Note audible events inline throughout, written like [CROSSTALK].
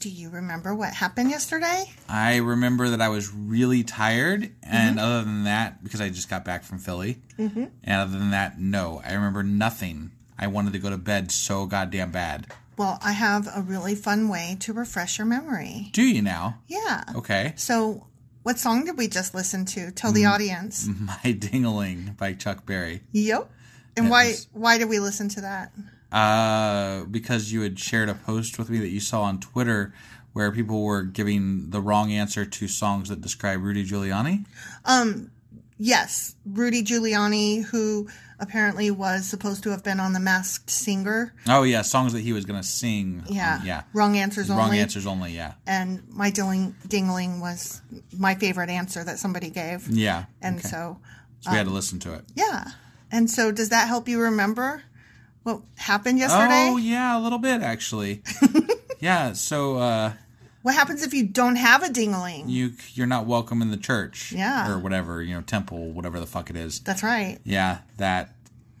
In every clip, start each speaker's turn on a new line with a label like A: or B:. A: do you remember what happened yesterday?
B: I remember that I was really tired, and
A: Mm-hmm.
B: other than that, because I just got back from Philly, and other than that, no, I remember nothing. I wanted to go to bed so goddamn bad.
A: Well, I have a really fun way to refresh your memory.
B: Do you now?
A: Yeah.
B: Okay. [LAUGHS]
A: So, what song did we just listen to? Tell
B: Mm-hmm.
A: the audience.
B: My Dingaling by Chuck Berry.
A: Yep. And
B: That
A: why
B: was-
A: why did we listen to that?
B: Uh, because you had shared a post with me that you saw on Twitter where people were giving the wrong answer to songs that describe Rudy Giuliani.
A: Um yes, Rudy Giuliani who apparently was supposed to have been on The Masked Singer.
B: Oh yeah, songs that he was gonna sing.
A: Yeah.
B: yeah.
A: Wrong answers
B: Wrong
A: only.
B: answers only. Yeah,
A: And my dingling dingling was my favorite answer that somebody gave.
B: yeah.
A: And
B: Okay.
A: so
B: So we had to listen to it.
A: Yeah. And so does that help you remember what happened yesterday?
B: Oh yeah, a little bit
A: [LAUGHS]
B: actually. yeah, so uh,
A: What happens if you don't have a dingaling?
B: you you're not welcome in the church,
A: Yeah.
B: or whatever you know, temple, whatever the fuck it is.
A: That's right.
B: Yeah, that,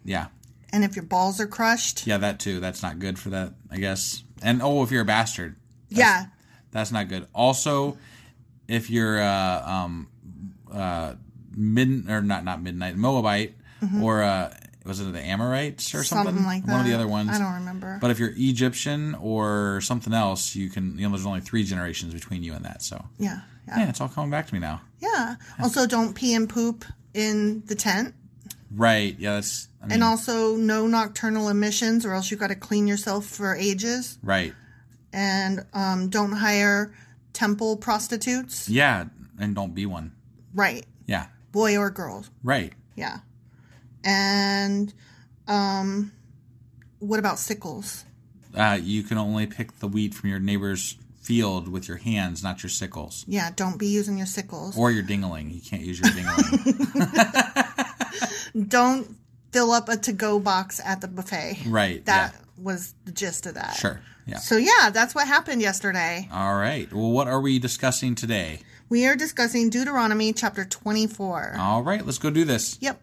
B: yeah,
A: And if your balls are crushed?
B: yeah, that too. That's not good for that, I guess. And oh, if you're a bastard,
A: Yeah.
B: that's not good. Also, if you're uh, um uh mid or not not midnight Moabite or uh was it the Amorites or something?
A: Mm-hmm. Something like that.
B: One of the other ones.
A: I don't remember.
B: But if you're Egyptian or something else, you can. You know, there's only three generations between you and that. So
A: yeah. Yeah.
B: yeah, it's all coming back to me now.
A: Yeah. Also, don't pee and poop in the tent.
B: Right? Yeah, that's. I mean,
A: And also, no nocturnal emissions, or else you got to clean yourself for ages.
B: right.
A: And um, don't hire temple prostitutes.
B: Yeah, and don't be one.
A: Right.
B: Yeah.
A: Boy or girl.
B: Right.
A: Yeah. And um, what about sickles?
B: Uh, you can only pick the wheat from your neighbor's field with your hands, not your sickles.
A: Yeah, don't be using your sickles.
B: Or your dingling. You can't use your dingling.
A: don't fill up a to go box at the buffet.
B: right.
A: That was the gist of that.
B: Yeah. Sure. Yeah.
A: So, yeah, that's what happened yesterday.
B: All right. Well, what are we discussing today?
A: We are discussing Deuteronomy chapter 24.
B: All right. Let's go do this.
A: Yep.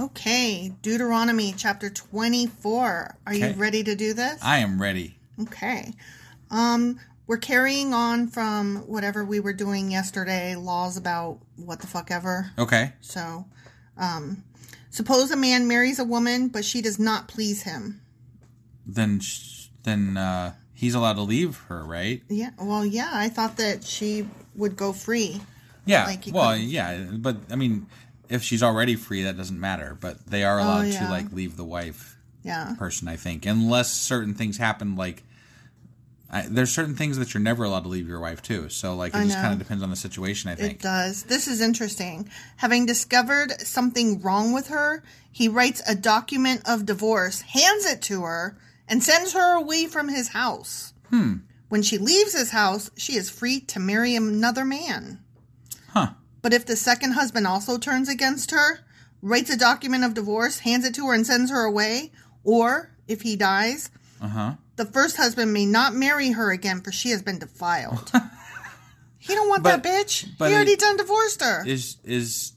A: Okay, Deuteronomy chapter 24. Are you
B: Okay.
A: ready to do this?
B: I am ready.
A: Okay. Um we're carrying on from whatever we were doing yesterday, laws about what the fuck ever.
B: Okay.
A: So, um suppose a man marries a woman but she does not please him.
B: Then, sh- then uh, he's allowed to leave her, right?
A: Yeah. Well, yeah, I thought that she would go free.
B: Yeah.
A: Like you
B: well,
A: couldn't-
B: yeah. But I mean, if she's already free, that doesn't matter. But they are allowed
A: Oh, yeah.
B: to like leave the wife
A: Yeah.
B: person, I think, unless certain things happen. Like, I, there's certain things that you're never allowed to leave your wife to. So, like, it just kind of depends on the situation. I
A: It
B: think.
A: does. This is interesting. Having discovered something wrong with her, he writes a document of divorce, hands it to her, and sends her away from his house. Hmm. When she leaves his house, she is free to marry another man.
B: Huh.
A: But if the second husband also turns against her, writes a document of divorce, hands it to her, and sends her away, or if he dies,
B: Uh huh.
A: the first husband may not marry her again, for she has been
B: [LAUGHS]
A: defiled. he don't want
B: But-
A: that bitch.
B: but
A: he already
B: it-
A: done divorced her.
B: Is is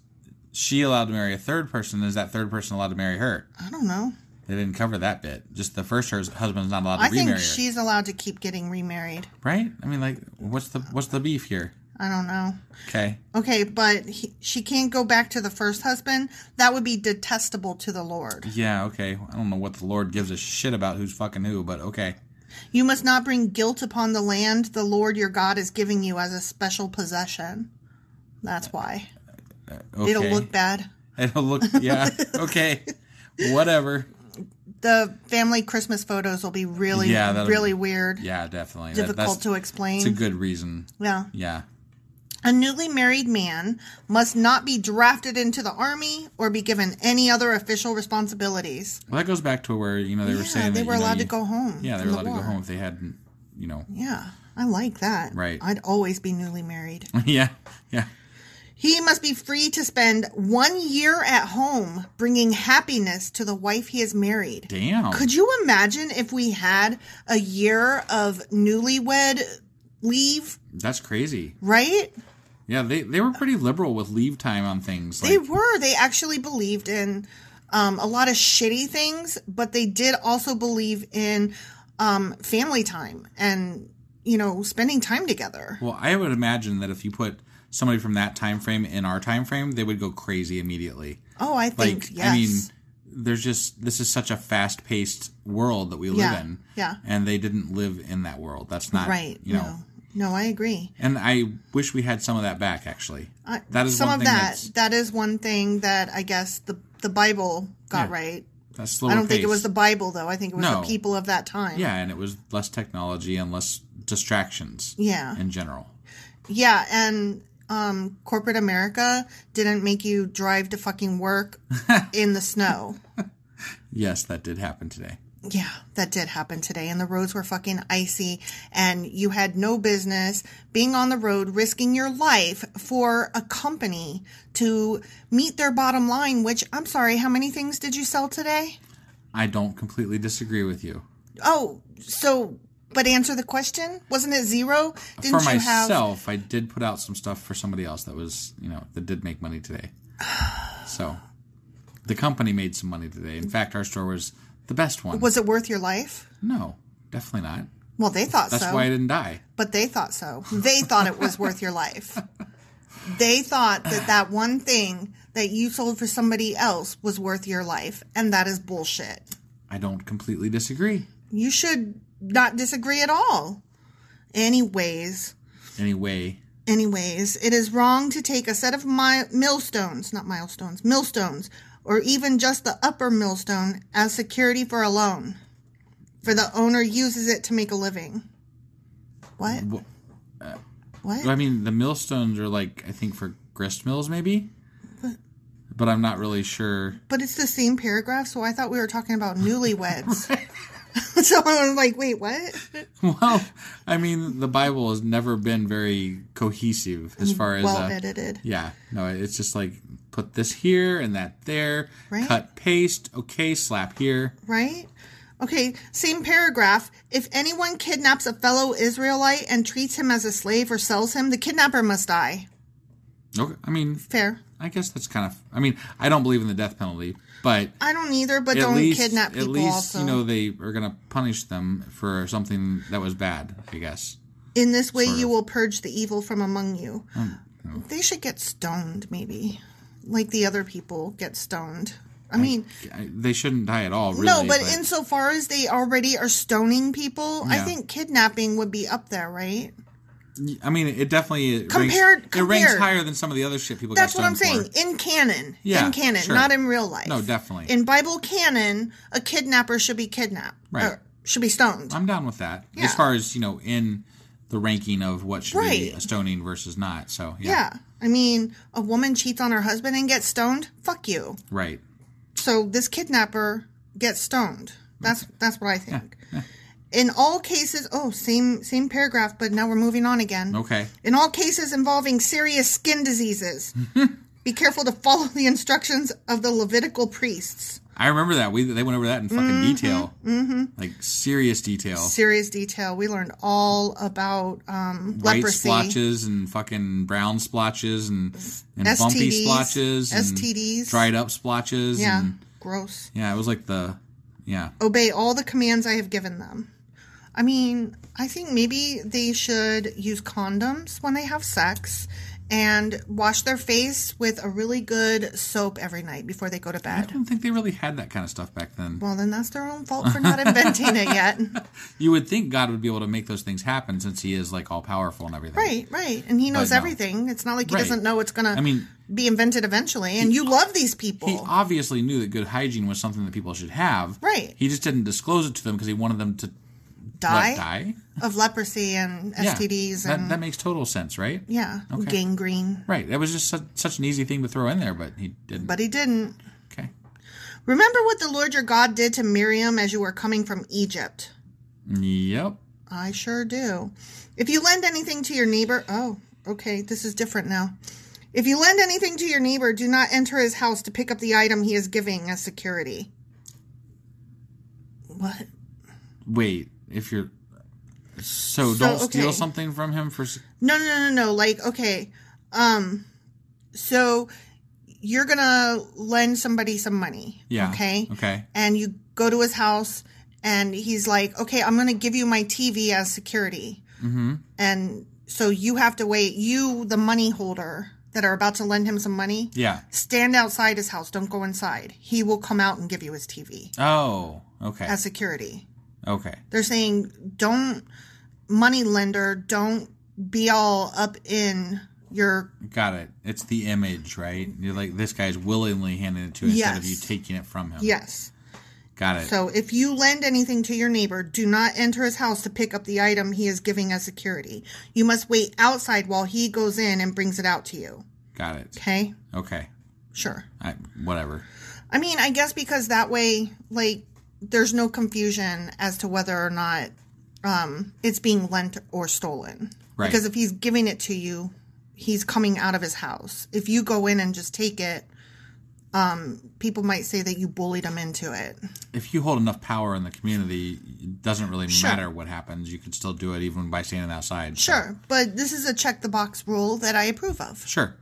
B: she allowed to marry a third person? Is that third person allowed to marry her?
A: I don't know.
B: They didn't cover that bit. Just the first hers- husband's not allowed to
A: I
B: remarry
A: think she's allowed to keep getting remarried.
B: her, right? I mean, like, what's the what's the beef here?
A: I don't know.
B: Okay,
A: Okay, but he, she can't go back to the first husband. That would be detestable to the Lord.
B: yeah, okay. I don't know what the Lord gives a shit about who's fucking who, but okay.
A: You must not bring guilt upon the land the Lord your God is giving you as a special possession. That's why.
B: okay.
A: It'll look bad.
B: [LAUGHS] It'll look,
A: [LAUGHS]
B: yeah, okay, whatever.
A: The family Christmas photos will be really,
B: Yeah, that'll-
A: really weird.
B: Yeah, definitely. That-
A: difficult to
B: It's a
A: explain.
B: good reason.
A: yeah.
B: Yeah.
A: A newly married man must not be drafted into the army or be given any other official responsibilities.
B: Well, that goes back to where you know they were
A: Yeah,
B: saying
A: they
B: that,
A: were
B: you know,
A: allowed
B: you-
A: to go home.
B: Yeah, they
A: from
B: were
A: the
B: allowed to go
A: war.
B: home if they hadn't, you know. [LAUGHS]
A: Yeah, I like that.
B: Right.
A: I'd always be
B: [LAUGHS]
A: newly married.
B: yeah, yeah.
A: he must be free to spend one year at home bringing happiness to the wife he has married.
B: Damn.
A: Could you imagine if we had a year of newlywed leave,
B: That's crazy.
A: right?
B: Yeah, they, they were pretty liberal with leave time on things. Like,
A: They were. They actually believed in um, a lot of shitty things, but they did also believe in um, family time and, you know, spending time together.
B: Well, I would imagine that if you put somebody from that time frame in our time frame, they would go crazy immediately.
A: Oh, I think,
B: Like,
A: yes.
B: I mean, there's just this is such a fast paced world that we live
A: Yeah,
B: in.
A: yeah.
B: And they didn't live in that world. That's not
A: right.
B: uh, You know.
A: No, no, I agree.
B: And I wish we had some of that back. Actually,
A: I,
B: that is
A: some
B: one
A: of
B: thing
A: that.
B: that's
A: That is one thing that I guess the the Bible got
B: Yeah.
A: right.
B: that's slower.
A: I don't think it
B: pace.
A: was the Bible though. I think it was
B: No.
A: the people of that time.
B: Yeah, and it was less technology and less distractions
A: Yeah.
B: in general.
A: Yeah, and um, corporate America didn't make you
B: [LAUGHS]
A: drive to fucking work in the snow.
B: Yes, that did happen today.
A: Yeah, that did happen today, and the roads were fucking icy, and you had no business being on the road risking your life for a company to meet their bottom line. Which, I'm sorry, how many things did you sell today?
B: I don't completely disagree with you.
A: Oh, so, but answer the question. Wasn't it zero? Didn't
B: for
A: you have?
B: myself, I did put out some stuff for somebody else that was, you know, that did make money
A: [SIGHS]
B: today. so the company made some money today. In fact, our store was the best one.
A: Was it worth your life?
B: no, definitely not.
A: Well, they thought
B: That's
A: so.
B: why I didn't die.
A: But they thought so. They thought it was worth your life. They thought that that one thing that you sold for somebody else was worth your life, and that is bullshit.
B: I don't completely disagree.
A: You should not disagree at all. Anyways,
B: Anyway,
A: anyways, it is wrong to take a set of mi- millstones, not milestones, millstones, or even just the upper millstone as security for a loan. For the owner uses it to make a living. What?
B: wh-
A: What?
B: I mean, the millstones are like I think for grist mills maybe. But I'm not really sure. [LAUGHS]
A: But it's the same paragraph, so I thought we were talking about newlyweds. [LAUGHS] so I was like, wait, what?
B: Well, I mean, the Bible has never been very cohesive as far as
A: Mm, Well
B: uh,
A: edited.
B: Yeah, no, it's just like put this here and that there,
A: Right.
B: cut, paste, okay, slap here.
A: Right? Okay, same paragraph. If anyone kidnaps a fellow Israelite and treats him as a slave or sells him, the kidnapper must die.
B: Okay, I mean,
A: Fair.
B: I guess that's kind of. I mean, I don't believe in the death penalty, but
A: I don't either, but
B: at
A: don't
B: least
A: kidnap people
B: at least
A: also.
B: you know they are gonna punish them for something that was bad. I guess.
A: In this way, you will purge the evil from among you.
B: Um,
A: They should get stoned, maybe. Like the other people get stoned. I mean,
B: I, they shouldn't die at all, really.
A: no, but, insofar as they already are stoning people, I
B: Yeah.
A: think kidnapping would be up there, right?
B: I mean, it definitely
A: Compared-
B: rings, it ranks
A: compared.
B: higher than some of the other shit people.
A: That's
B: got
A: what I'm
B: stoned
A: saying.
B: for.
A: In canon.
B: Yeah,
A: in canon,
B: sure.
A: not in real life.
B: No, definitely.
A: In Bible canon, a kidnapper should be kidnapped.
B: Right.
A: or should be stoned.
B: I'm down with that.
A: Yeah.
B: As far as you know, in the ranking of what should be
A: Right.
B: a stoning versus not. So yeah,
A: yeah. I mean, a woman cheats on her husband and gets stoned? Fuck you.
B: right.
A: So this kidnapper gets stoned. That's that's what I think. In all cases, oh, same same paragraph, but now we're moving on again.
B: Okay.
A: In all cases involving serious
B: [LAUGHS]
A: skin diseases, be careful to follow the instructions of the Levitical priests.
B: I remember that. We they went over that in fucking detail, mm-hmm. like serious detail.
A: serious detail. We learned all about um,
B: White
A: leprosy,
B: splotches and fucking brown splotches and, and bumpy
A: STDs,
B: splotches, and
A: STDs.
B: dried up splotches.
A: Yeah,
B: and,
A: gross.
B: yeah. It was like the yeah.
A: Obey all the commands I have given them. I mean, I think maybe they should use condoms when they have sex and wash their face with a really good soap every night before they go to
B: I
A: bed.
B: don't think they really had that kind of stuff back then.
A: Well, then that's their own fault for not inventing
B: [LAUGHS]
A: it yet.
B: you would think God would be able to make those things happen since He is like all powerful and everything.
A: Right, right. And he knows
B: no.
A: everything. It's not like he
B: Right.
A: doesn't know it's going
B: I mean-
A: to be invented eventually. And you love these people.
B: He obviously knew that good hygiene was something that people should have.
A: Right.
B: He just didn't disclose it to them because he wanted them to
A: die.
B: What, die?
A: of leprosy and
B: Yeah.
A: STDs
B: That,
A: and
B: that makes total sense, right?
A: yeah, gangrene.
B: Right. That was just such, such an easy thing to throw in there, but he didn't.
A: But he didn't.
B: okay.
A: Remember what the Lord your God did to Miriam as you were coming from Egypt.
B: Yep.
A: I sure do. If you lend anything to your neighbor, oh, okay, this is different now. If you lend anything to your neighbor, do not enter his house to pick up the item he is giving as security. What?
B: Wait. If you're so,
A: So,
B: don't steal
A: okay.
B: something from him for. s-
A: No, no, no, no. no. Like, okay, um, so you're gonna lend somebody some money.
B: Yeah.
A: Okay.
B: Okay.
A: and you go to his house and he's like okay i'm going to give you my tv as security and so you have to wait you the money holder that are about to lend him some money
B: Yeah.
A: stand outside his house don't go inside he will come out and give you his tv
B: Oh. Okay.
A: as security
B: okay.
A: they're saying don't money lender don't be all up in your
B: Got it. It's the image, right? You're like this guy's willingly handing it to you instead of you
A: Yes.
B: taking it from him.
A: yes
B: Got it.
A: So if you lend anything to your neighbor, do not enter his house to pick up the item he is giving as security. You must wait outside while he goes in and brings it out to you.
B: Got it.
A: Okay?
B: Okay.
A: Sure.
B: I, whatever.
A: I mean, I guess because that way, like, there's no confusion as to whether or not um, it's being lent or stolen.
B: Right.
A: Because if he's giving it to you, he's coming out of his house. If you go in and just take it, um, people might say that you bullied him into it.
B: If you hold enough power in the community, it doesn't really
A: Sure.
B: matter what happens. You can still do it even by standing outside. so-
A: Sure, but this is a check the box rule that I approve of.
B: Sure.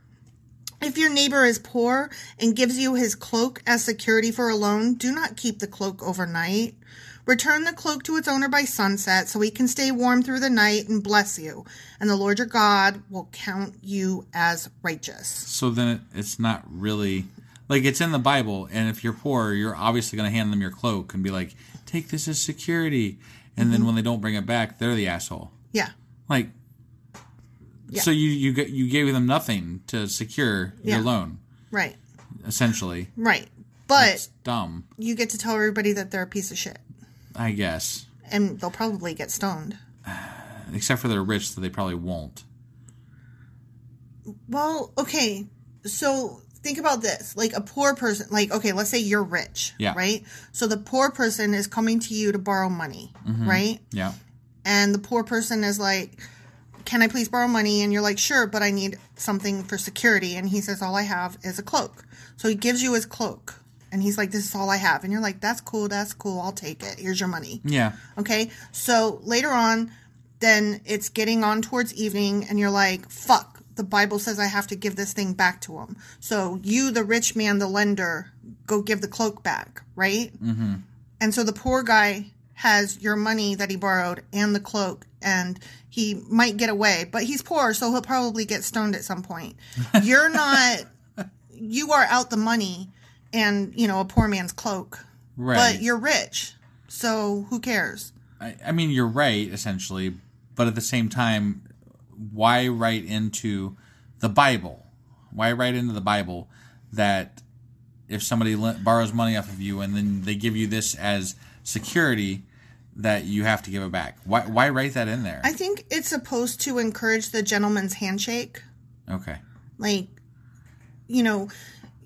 A: If your neighbor is poor and gives you his cloak as security for a loan, do not keep the cloak overnight. Return the cloak to its owner by sunset so he can stay warm through the night and bless you, and the Lord your God will count you as righteous.
B: So then it, it's not really like it's in the Bible, and if you're poor, you're obviously going to hand them your cloak and be like, "Take this as security," and
A: Mm-hmm.
B: then when they don't bring it back, they're the asshole.
A: Yeah.
B: Like, so you you g- you gave them nothing to secure
A: Yeah.
B: your loan,
A: Right.
B: essentially.
A: Right. But
B: It's dumb,
A: you get to tell everybody that they're a piece of shit,
B: I guess,
A: and they'll probably get stoned.
B: except for they're rich, so they probably won't.
A: Well, okay. So think about this. Like a poor person, like, okay, let's say you're rich,
B: Yeah.
A: right? So the poor person is coming to you to borrow money, right?
B: Yeah,
A: And the poor person is like, can I please borrow money? And you're like, sure, but I need something for security. And he says, all I have is a cloak. So he gives you his cloak. And he's like, this is all I have. And you're like, that's cool, that's cool, I'll take it. Here's your money.
B: yeah.
A: Okay. So later on, then it's getting on towards evening, and you're like, fuck, the Bible says I have to give this thing back to him. So you, the rich man, the lender, go give the cloak back, right? Mm-hmm. And so the poor guy has your money that he borrowed and the cloak, and he might get away, but he's poor, so he'll probably get stoned at some point. You're not, you are out the money and, you know, a poor man's cloak,
B: Right.
A: but you're rich. So who cares?
B: I, I mean, you're right, essentially, but at the same time, why write into the Bible? Why write into the Bible that if somebody le- borrows money off of you and then they give you this as security, that you have to give it back? Why, why write that in there?
A: I think it's supposed to encourage the gentleman's handshake.
B: okay.
A: Like, you know,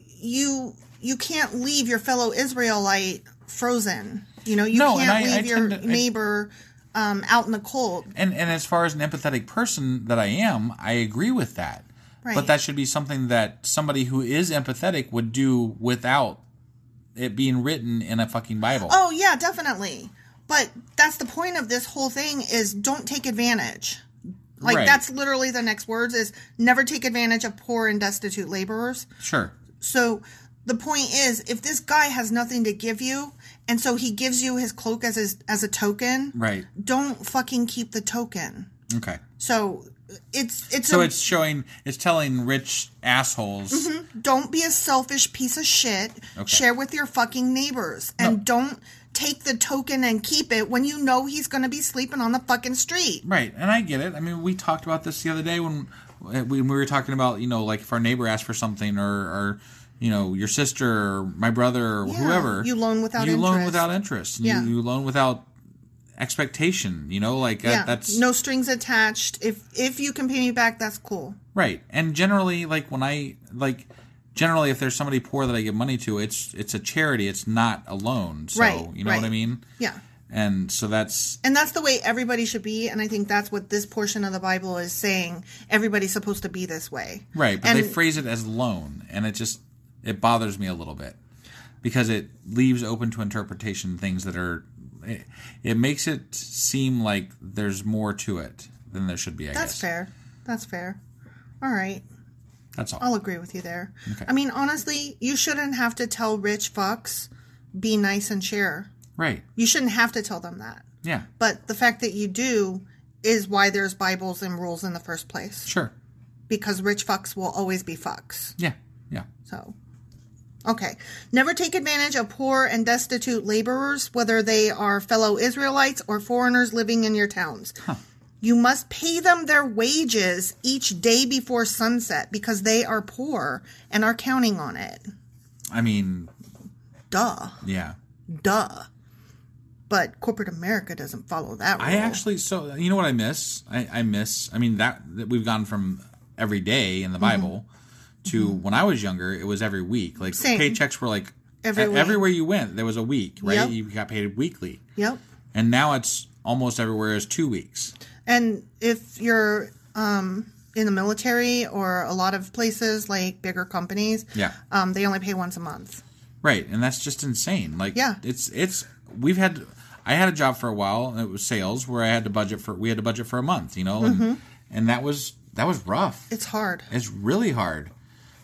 A: you you can't leave your fellow Israelite frozen. You know, you
B: No, and
A: can't
B: I- I
A: leave your
B: tend to- I-
A: neighbor um, out in the cold.
B: And, and as far as an empathetic person that I am, I agree with that.
A: Right.
B: But that should be something that somebody who is empathetic would do without it being written in a fucking Bible.
A: Oh yeah, definitely. But that's the point of this whole thing is don't take advantage. Like
B: Right.
A: that's literally the next words is never take advantage of poor and destitute laborers.
B: Sure.
A: So the point is, if this guy has nothing to give you, and so he gives you his cloak as his, as a token,
B: Right.
A: don't fucking keep the token.
B: Okay.
A: So it's it's
B: So
A: a,
B: it's showing, it's telling rich assholes.
A: don't be a selfish piece of shit. Share with your fucking neighbors, and don't take the token and keep it when you know he's gonna be sleeping on the fucking street.
B: Right. And I get it. I mean, we talked about this the other day when, when we were talking about, you know, like if our neighbor asked for something or, or you know, your sister or my brother or whoever.
A: you loan without
B: You loan
A: interest.
B: without interest.
A: Yeah.
B: You, you loan without expectation, you know, like
A: Yeah,
B: that, that's.
A: no strings attached. If if you can pay me back, that's cool.
B: Right. And generally like when I like generally if there's somebody poor that I give money to, it's it's a charity, it's not a loan. So
A: Right,
B: you know
A: right.
B: what I mean?
A: Yeah.
B: And so that's
A: And that's the way everybody should be. And I think that's what this portion of the Bible is saying. Everybody's supposed to be this way.
B: right, but
A: and,
B: they phrase it as loan and it just it bothers me a little bit because it leaves open to interpretation things that are it, it makes it seem like there's more to it than there should be, I
A: That's
B: guess.
A: fair. That's fair. All right.
B: That's all.
A: I'll agree with you there. I mean, honestly, you shouldn't have to tell rich fucks, be nice and share.
B: Right.
A: You shouldn't have to tell them that.
B: Yeah.
A: But the fact that you do is why there's Bibles and rules in the first place.
B: Sure.
A: Because rich fucks will always be fucks.
B: Yeah. Yeah.
A: So, okay. Never take advantage of poor and destitute laborers, whether they are fellow Israelites or foreigners living in your towns. You must pay them their wages each day before sunset because they are poor and are counting on it.
B: I mean,
A: Duh.
B: yeah.
A: Duh. But corporate America doesn't follow that rule.
B: I actually so you know what I miss? I, I miss. I mean that, that we've gone from
A: Mm-hmm.
B: every day in the Bible to when I was younger, it was every week. Like
A: Same.
B: paychecks were like
A: Every
B: E-
A: week.
B: everywhere you went, there was a week, right?
A: Yep.
B: You got paid weekly,
A: Yep.
B: and now it's almost everywhere is two weeks.
A: And if you're um, in the military or a lot of places like bigger companies,
B: Yeah.
A: um, they only pay once a month.
B: Right, and that's just insane. Like,
A: Yeah.
B: it's it's we've had. I had a job for a while. and It was sales where I had to budget for. We had to budget for a month, you know, and,
A: Mm-hmm.
B: and that was that was rough.
A: It's hard.
B: It's really hard,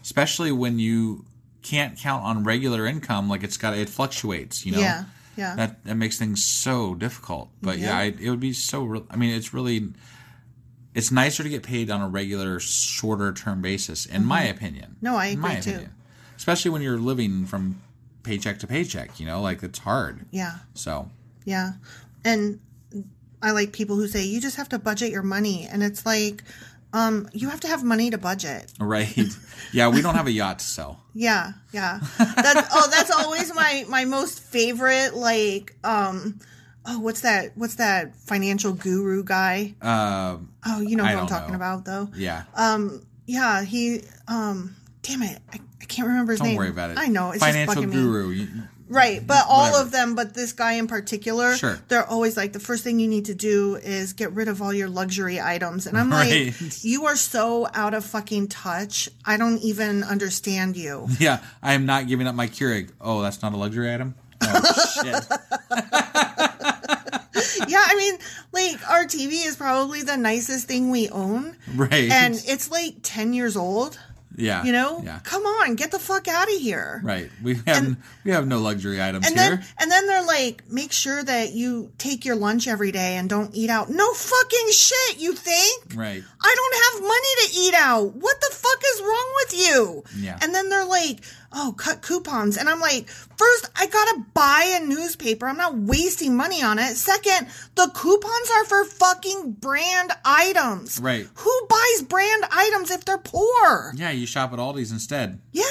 B: especially when you can't count on regular income. Like it's got it fluctuates. You know,
A: Yeah, yeah.
B: That that makes things so difficult. But yeah, I, it would be so. Re- I mean, it's really it's nicer to get paid on a regular, shorter term basis, in my opinion.
A: Mm-hmm. No, I
B: In my
A: agree, too.
B: Especially when you're living from paycheck to paycheck. You know, like it's hard.
A: Yeah.
B: So
A: Yeah. And I like people who say you just have to budget your money and it's like um you have to have money to budget. [LAUGHS]
B: right, yeah, we don't have a yacht to sell.
A: Yeah,
B: [LAUGHS]
A: yeah. That's oh that's always my my most favorite like um oh what's that what's that financial guru guy?
B: Um,
A: Oh, you know who
B: I
A: I'm
B: don't
A: talking
B: know.
A: about though.
B: yeah.
A: Yeah, he um damn it. I, I can't remember his
B: don't
A: name.
B: worry about it.
A: I know it's
B: financial
A: just bugging me.
B: guru. you-
A: Right, but all
B: Whatever.
A: of them, but this guy in particular,
B: Sure.
A: they're always like, the first thing you need to do is get rid of all your luxury items. And I'm
B: Right.
A: like, you are so out of fucking touch. I don't even understand you. [LAUGHS]
B: Yeah, I am not giving up my Keurig. Oh, that's not a luxury item. Oh
A: [LAUGHS]
B: shit!
A: yeah, I mean, like, our TV is probably the nicest thing we own.
B: Right.
A: And it's like 10 years old.
B: yeah,
A: You know?
B: yeah,
A: Come on, get the fuck out of here.
B: right. We have we have no luxury items
A: And
B: here.
A: then, and then they're like, make sure that you take your lunch every day and don't eat out. No fucking shit, you think?
B: right.
A: I don't have money to eat out. What the fuck is wrong with you?
B: Yeah.
A: And then they're like, oh, cut coupons. And I'm like, first, I gotta buy a newspaper. I'm not wasting money on it. Second, the coupons are for fucking brand items.
B: Right.
A: Who buys brand items if they're poor?
B: Yeah, you shop at Aldi's instead.
A: Yeah.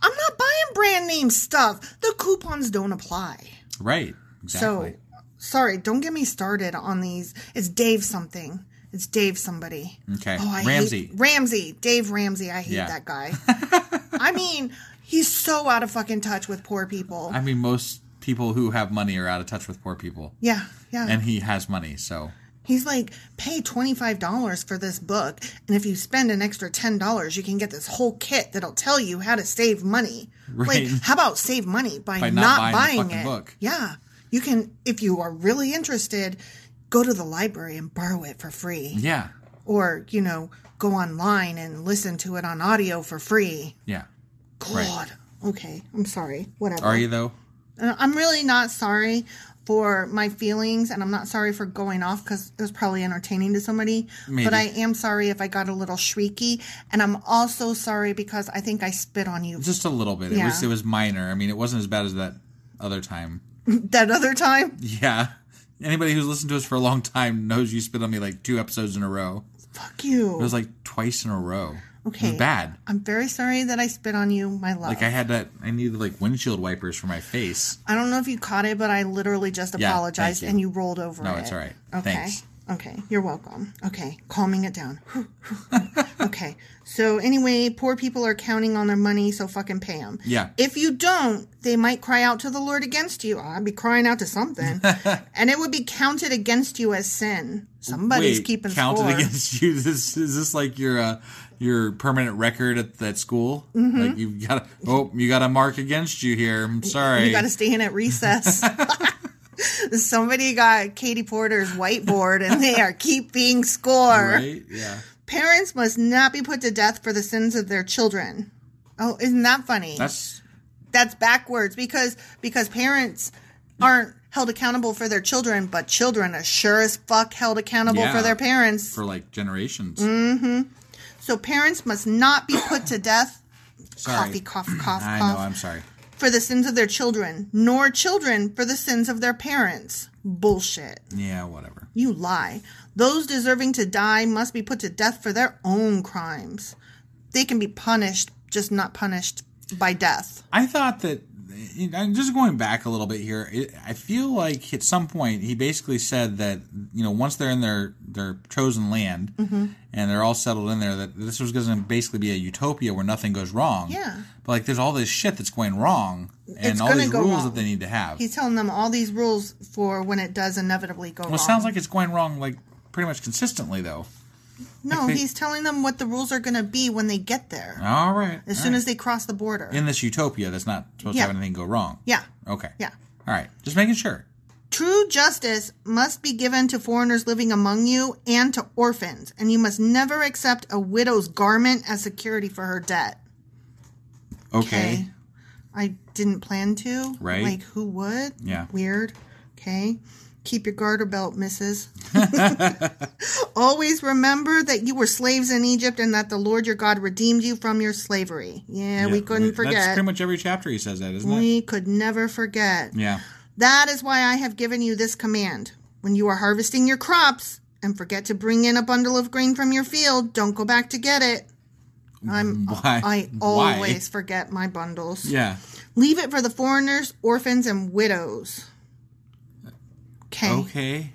A: I'm not buying brand name stuff. The coupons don't apply.
B: Right. Exactly.
A: So, sorry, don't get me started on these. It's Dave something. It's Dave somebody.
B: Okay.
A: Oh, I
B: Ramsey.
A: Hate, Ramsey. Dave Ramsey. I hate
B: Yeah. [LAUGHS]
A: that guy. I mean, he's so out of fucking touch with poor people.
B: I mean, most people who have money are out of touch with poor people,
A: yeah, yeah.
B: and he has money, so
A: he's like, pay $25 for this book, and if you spend an extra $10, you can get this whole kit that'll tell you how to save money.
B: Right.
A: Like, how about save money by,
B: By not buying the
A: not, buying,
B: fucking
A: it?
B: book.
A: Yeah. You can, if you are really interested, go to the library and borrow it for free.
B: yeah,
A: Or, you know, go online and listen to it on audio for free.
B: yeah.
A: God. Okay. I'm sorry. Whatever.
B: Are you though?
A: And Uh, I'm really not sorry for my feelings and I'm not sorry for going off because it was probably entertaining to somebody.
B: Maybe.
A: But I am sorry if I got a little shrieky. And I'm also sorry because I think I spit on you
B: Just a little bit. It
A: Yeah.
B: was it was minor. I mean, it wasn't as bad as that other time.
A: that other time.
B: Yeah. Anybody who's listened to us for a long time knows you spit on me like two episodes in a row.
A: Fuck you.
B: It was like twice in a row. It
A: okay.
B: was bad.
A: I'm very sorry that I spit on you, my love.
B: Like I had that I needed like windshield wipers for my face.
A: I don't know if you caught it, but I literally just
B: Yeah,
A: apologized
B: thank you.
A: and you rolled over
B: No,
A: it.
B: it's all right.
A: Okay.
B: Thanks.
A: Okay. You're welcome. Okay. Calming it down. [LAUGHS] okay. So, anyway, poor people are counting on their money, so fucking pay them.
B: Yeah.
A: If you don't, they might cry out to the Lord against you. I'd be crying out
B: [LAUGHS]
A: to something. and it would be counted against you as sin. Somebody's
B: Wait,
A: keeping
B: counted
A: score.
B: against [LAUGHS] you. This is this like your uh, your permanent record at that school? Like you've got to oh you got a mark against you here. I'm sorry.
A: Mm-hmm. You got to stay in
B: [LAUGHS]
A: at recess. [LAUGHS] Somebody got Katie Porter's whiteboard and they are keeping score.
B: right? Yeah.
A: Parents must not be put to death for the sins of their children. Oh, isn't that funny?
B: That's
A: That's backwards because because parents aren't held accountable for their children, but children are sure as fuck held accountable
B: Yeah.
A: for their parents.
B: for like generations.
A: Mm, So parents must not be put to death.
B: [COUGHS] Sorry.
A: Coffee, cough,
B: [CLEARS THROAT]
A: cough,
B: I
A: cough.
B: know, I'm sorry.
A: for the sins of their children, nor children for the sins of their parents. Bullshit.
B: Yeah, whatever.
A: You lie. Those deserving to die must be put to death for their own crimes. They can be punished, just not punished by death.
B: I thought that I'm just going back a little bit here. It, I feel like at some point he basically said that you know once they're in their their chosen land
A: Mm-hmm.
B: and they're all settled in there that this was going to basically be a utopia where nothing goes wrong.
A: Yeah.
B: But like there's all this shit that's going wrong and
A: It's
B: all
A: gonna
B: these
A: go
B: rules
A: wrong.
B: that they need to have.
A: He's telling them all these rules for when it does inevitably go
B: well,
A: wrong.
B: it sounds like it's going wrong like pretty much consistently though.
A: no,
B: they-
A: he's telling them what the rules are going to be when they get there.
B: All right.
A: as
B: all
A: soon
B: right.
A: as they cross the border.
B: in this utopia that's not supposed
A: Yeah.
B: to have anything go wrong.
A: yeah.
B: Okay.
A: Yeah.
B: All right. Just making sure.
A: True justice must be given to foreigners living among you and to orphans, and you must never accept a widow's garment as security for her debt.
B: Okay.
A: I didn't plan to.
B: Right.
A: Like, who would?
B: Yeah.
A: Weird. Okay. Keep your garter
B: [LAUGHS]
A: belt, missus. [LAUGHS] Always remember that you were slaves in Egypt and that the Lord your God redeemed you from your slavery. Yeah, we couldn't
B: That's
A: forget.
B: pretty much every chapter he says that, isn't it?
A: we could never forget.
B: Yeah. [LAUGHS]
A: That is why I have given you this command. When you are harvesting your crops and forget to bring in a bundle of grain from your field, don't go back to get it. I'm
B: Why?
A: I
B: Why?
A: always forget my bundles.
B: Yeah.
A: Leave it for the foreigners, orphans and widows. Okay.
B: Okay.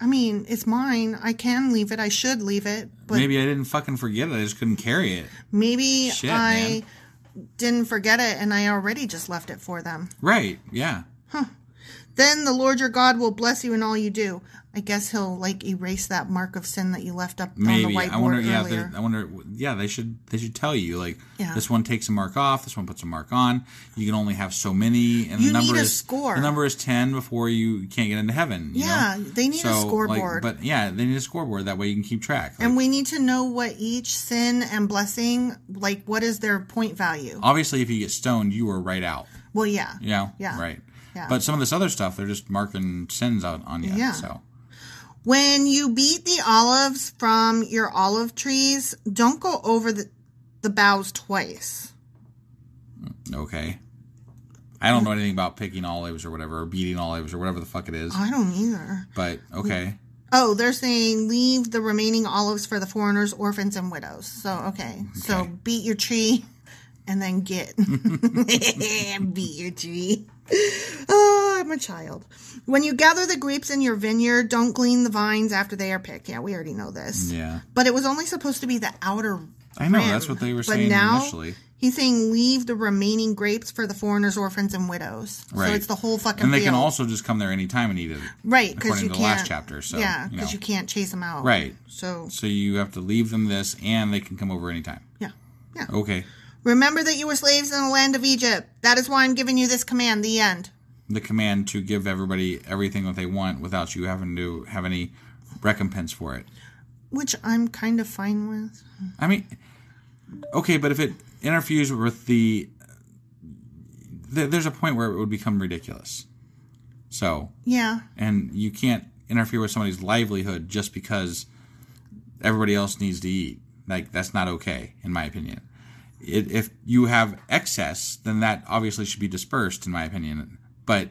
A: I mean, it's mine. I can leave it. I should leave it, but maybe,
B: Maybe I didn't fucking forget it. I just couldn't carry it. Shit,
A: I didn't forget it and I already just left it for them.
B: Right. Yeah.
A: Then the Lord your God will bless you in all you do. I guess he'll like erase that mark of sin that you left up on
B: Maybe.
A: the whiteboard
B: I wonder. Yeah.
A: earlier.
B: there- I wonder. Yeah. They should. They should tell you like
A: Yeah.
B: this one takes a mark off. This one puts a mark on. You can only have so many, and
A: You
B: the number
A: need a
B: is
A: score.
B: The number is ten before you can't get into heaven. you know?
A: Yeah, they need a
B: like,
A: scoreboard.
B: but yeah, they need a scoreboard. That way you can keep track. Like,
A: and we need to know what each sin and blessing, like what is their point value.
B: obviously, if you get stoned, you are right out.
A: Well, yeah.
B: Yeah.
A: Yeah.
B: Right.
A: Yeah.
B: But some of this other stuff, they're just marking sins out on you.
A: Yeah.
B: So
A: When you beat the olives from your olive trees, don't go over the, the boughs twice.
B: okay. I don't know anything about picking olives or whatever, or beating olives or whatever the fuck it is.
A: I don't either.
B: But okay.
A: Oh, they're saying leave the remaining olives for the foreigners, orphans, and widows. So, okay. So,
B: Okay.
A: beat your tree and then get.
B: [LAUGHS]
A: [LAUGHS] beat your tree. Oh, I'm a child. When you gather the grapes in your vineyard, don't glean the vines after they are picked. Yeah, we already know this.
B: Yeah.
A: But it was only supposed to be the outer.
B: I know
A: rim.
B: that's what they were
A: But
B: saying
A: now,
B: initially.
A: He's saying leave the remaining grapes for the foreigners, orphans, and widows.
B: Right.
A: So it's the whole fucking.
B: And they can
A: field.
B: also just come there anytime and eat it.
A: right because
B: according
A: you
B: to the
A: can't.
B: last chapter, so,
A: yeah,
B: you
A: because
B: know.
A: you can't chase them out.
B: Right.
A: So
B: So you have to leave them this and they can come over anytime.
A: yeah.
B: Okay.
A: Remember that you were slaves in the land of Egypt. That is why I'm giving you this command. The end.
B: The command to give everybody everything that they want without you having to have any recompense for it.
A: Which I'm kind of fine with.
B: I mean, okay, but if it interferes with the, th- there's a point where it would become ridiculous. So,
A: Yeah.
B: and you can't interfere with somebody's livelihood just because everybody else needs to eat. Like that's not okay, in my opinion. It, if you have excess, then that obviously should be dispersed, in my opinion. But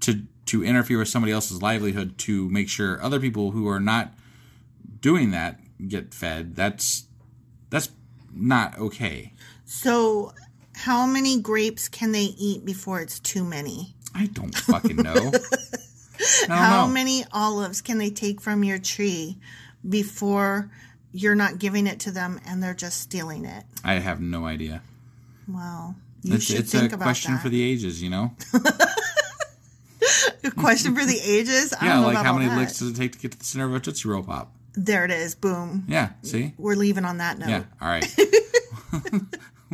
B: to to interfere with somebody else's livelihood to make sure other people who are not doing that get fed, that's that's not okay.
A: So, how many grapes can they eat before it's too many?
B: I don't fucking know. I don't
A: How
B: know.
A: many olives can they take from your tree before you're not giving it to them and they're just stealing it?
B: I have no idea.
A: Wow. You
B: It's,
A: should
B: it's a
A: think about
B: question
A: that.
B: for the ages, you know.
A: A question for the ages. [LAUGHS] I
B: Yeah,
A: don't know
B: like
A: about
B: how
A: all
B: many
A: that.
B: licks does it take to get to the center of a Tootsie Roll Pop?
A: There it is. Boom.
B: Yeah, see?
A: We're leaving on that note.
B: Yeah, all
A: [LAUGHS]
B: right.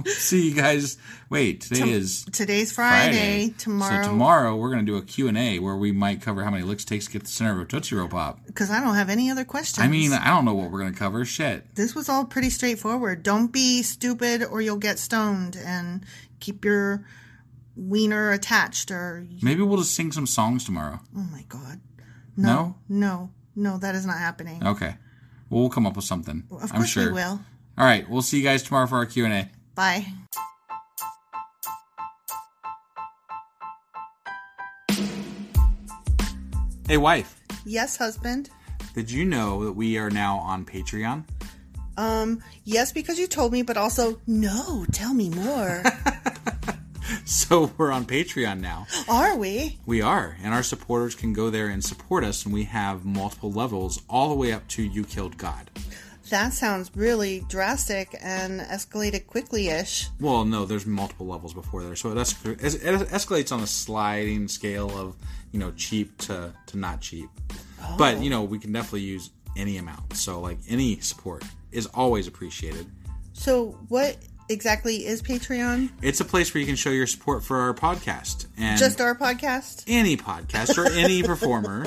B: see you guys. Wait, today is
A: Today's Friday.
B: Friday. So tomorrow we're going to do a Q&A where we might cover how many licks it takes to get to the center of a Tootsie Roll Pop.
A: because I don't have any other questions.
B: I mean, I don't know what we're going to cover. Shit.
A: this was all pretty straightforward. Don't be stupid or you'll get stoned and keep your wiener attached or
B: Maybe we'll just sing some songs tomorrow.
A: oh my god.
B: No?
A: No. No, that is not happening.
B: Okay. Well, we'll come up with something.
A: Of course
B: I'm sure.
A: we will.
B: All right, we'll see you guys tomorrow for our Q&A.
A: Bye.
B: Hey wife,
A: Yes, husband.
B: did you know that we are now on Patreon? [LAUGHS]
A: Um, yes because you told me, but also no, tell me more.
B: So we're on Patreon now.
A: Are we?
B: We are, and our supporters can go there and support us, and we have multiple levels all the way up to You Killed God.
A: That sounds really drastic and escalated quickly ish.
B: Well, no, there's multiple levels before there, so it, es- it escalates on a sliding scale of you know cheap to to not cheap. But you know we can definitely use any amount, so like any support is always appreciated.
A: So, what exactly is Patreon?
B: It's a place where you can show your support for our podcast and
A: Just our podcast?
B: any podcast or any [LAUGHS] performer.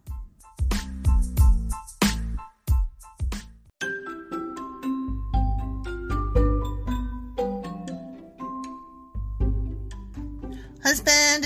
A: Husband,